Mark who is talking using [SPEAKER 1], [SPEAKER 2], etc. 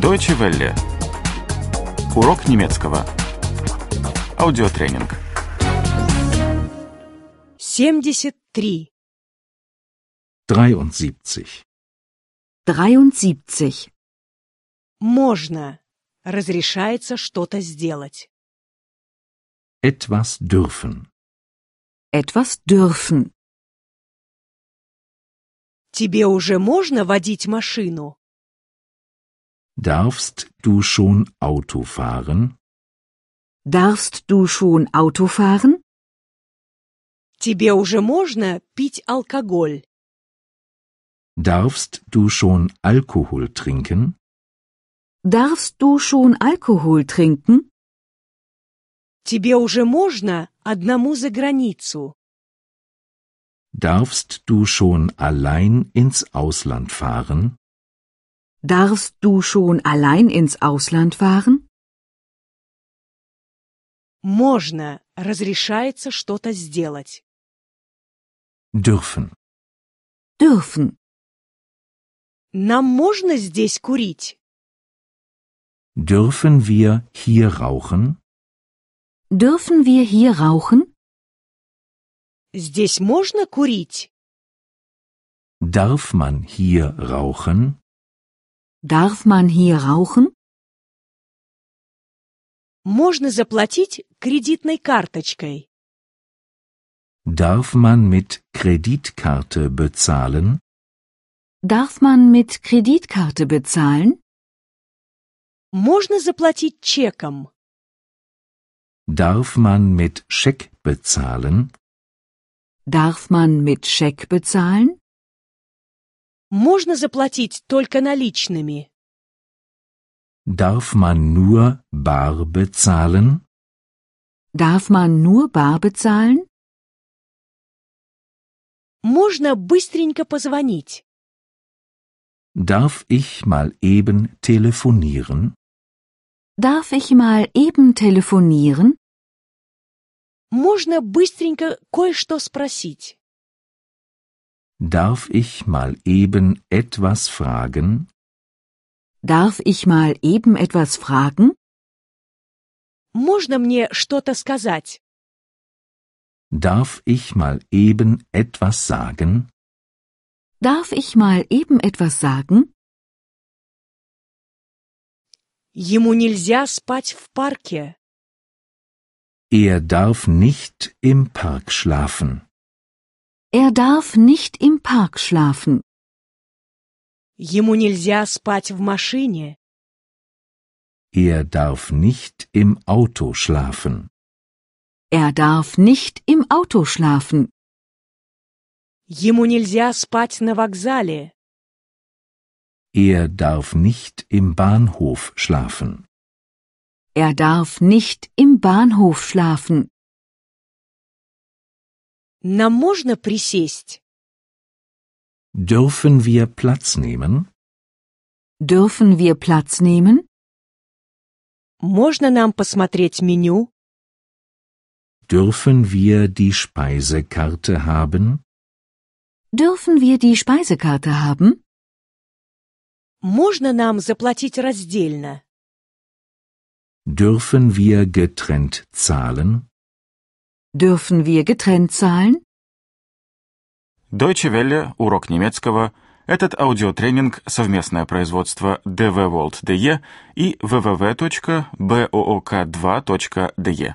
[SPEAKER 1] Deutsche Welle. Урок немецкого. Аудиотренинг.
[SPEAKER 2] 73.
[SPEAKER 3] 73.
[SPEAKER 4] 73.
[SPEAKER 2] Можно. Разрешается что-то сделать.
[SPEAKER 3] Etwas dürfen.
[SPEAKER 4] Etwas dürfen.
[SPEAKER 2] Тебе уже можно водить машину?
[SPEAKER 3] Darfst du schon Auto fahren?
[SPEAKER 4] Darfst du schon Auto fahren?
[SPEAKER 2] Тебе уже можно пить алкоголь?
[SPEAKER 3] Darfst du schon Alkohol trinken?
[SPEAKER 4] Darfst du schon Alkohol trinken?
[SPEAKER 2] Тебе уже можно одному за границу?
[SPEAKER 3] Darfst du schon allein ins Ausland fahren?
[SPEAKER 4] Darfst du schon allein ins Ausland fahren?
[SPEAKER 2] Можно. Разрешается что-то сделать.
[SPEAKER 3] Dürfen.
[SPEAKER 4] Dürfen.
[SPEAKER 2] Нам можно здесь курить?
[SPEAKER 3] Dürfen wir hier rauchen?
[SPEAKER 4] Dürfen wir hier rauchen?
[SPEAKER 2] Здесь можно курить?
[SPEAKER 3] Darf man hier rauchen?
[SPEAKER 4] Darf man hier rauchen?
[SPEAKER 2] Можно заплатить кредитной карточкой.
[SPEAKER 3] Darf man mit Kreditkarte bezahlen?
[SPEAKER 4] Darf man mit Kreditkarte bezahlen?
[SPEAKER 2] Можно заплатить чеком.
[SPEAKER 3] Darf man mit Scheck bezahlen?
[SPEAKER 4] Darf man mit Scheck bezahlen?
[SPEAKER 2] Можно заплатить только наличными.
[SPEAKER 3] Darf man nur bar bezahlen?
[SPEAKER 4] Darf man nur bar bezahlen?
[SPEAKER 2] Можно быстренько позвонить.
[SPEAKER 3] Darf ich mal eben telefonieren?
[SPEAKER 4] Darf ich mal eben telefonieren?
[SPEAKER 2] Можно быстренько кое-что спросить.
[SPEAKER 3] Darf ich mal eben etwas fragen?
[SPEAKER 4] Darf ich mal eben etwas fragen?
[SPEAKER 2] Можно мне что-то сказать?
[SPEAKER 3] Darf ich mal eben etwas sagen?
[SPEAKER 4] Darf ich mal eben etwas sagen?
[SPEAKER 2] Ему нельзя спать в парке.
[SPEAKER 3] Er darf nicht im Park schlafen.
[SPEAKER 4] Er darf nicht im Park schlafen.
[SPEAKER 2] Ему нельзя спать в машине.
[SPEAKER 3] Er darf nicht im Auto schlafen.
[SPEAKER 4] Er darf nicht im Auto schlafen.
[SPEAKER 2] Ему нельзя спать на вокзале.
[SPEAKER 3] Er darf nicht im Bahnhof schlafen.
[SPEAKER 4] Er darf nicht im Bahnhof schlafen.
[SPEAKER 2] Нам можно присесть?
[SPEAKER 3] Dürfen wir Platz nehmen?
[SPEAKER 4] Dürfen wir Platz nehmen?
[SPEAKER 2] Можно нам посмотреть меню?
[SPEAKER 3] Dürfen wir die Speisekarte haben?
[SPEAKER 4] Dürfen wir die Speisekarte haben?
[SPEAKER 2] Можно нам заплатить раздельно?
[SPEAKER 3] Dürfen wir getrennt zahlen?
[SPEAKER 4] Dürfen wir getrennt zahlen?
[SPEAKER 1] Deutsche Welle. Урок немецкого. Этот аудиотренинг – совместное производство DW World DE и www.book2.de.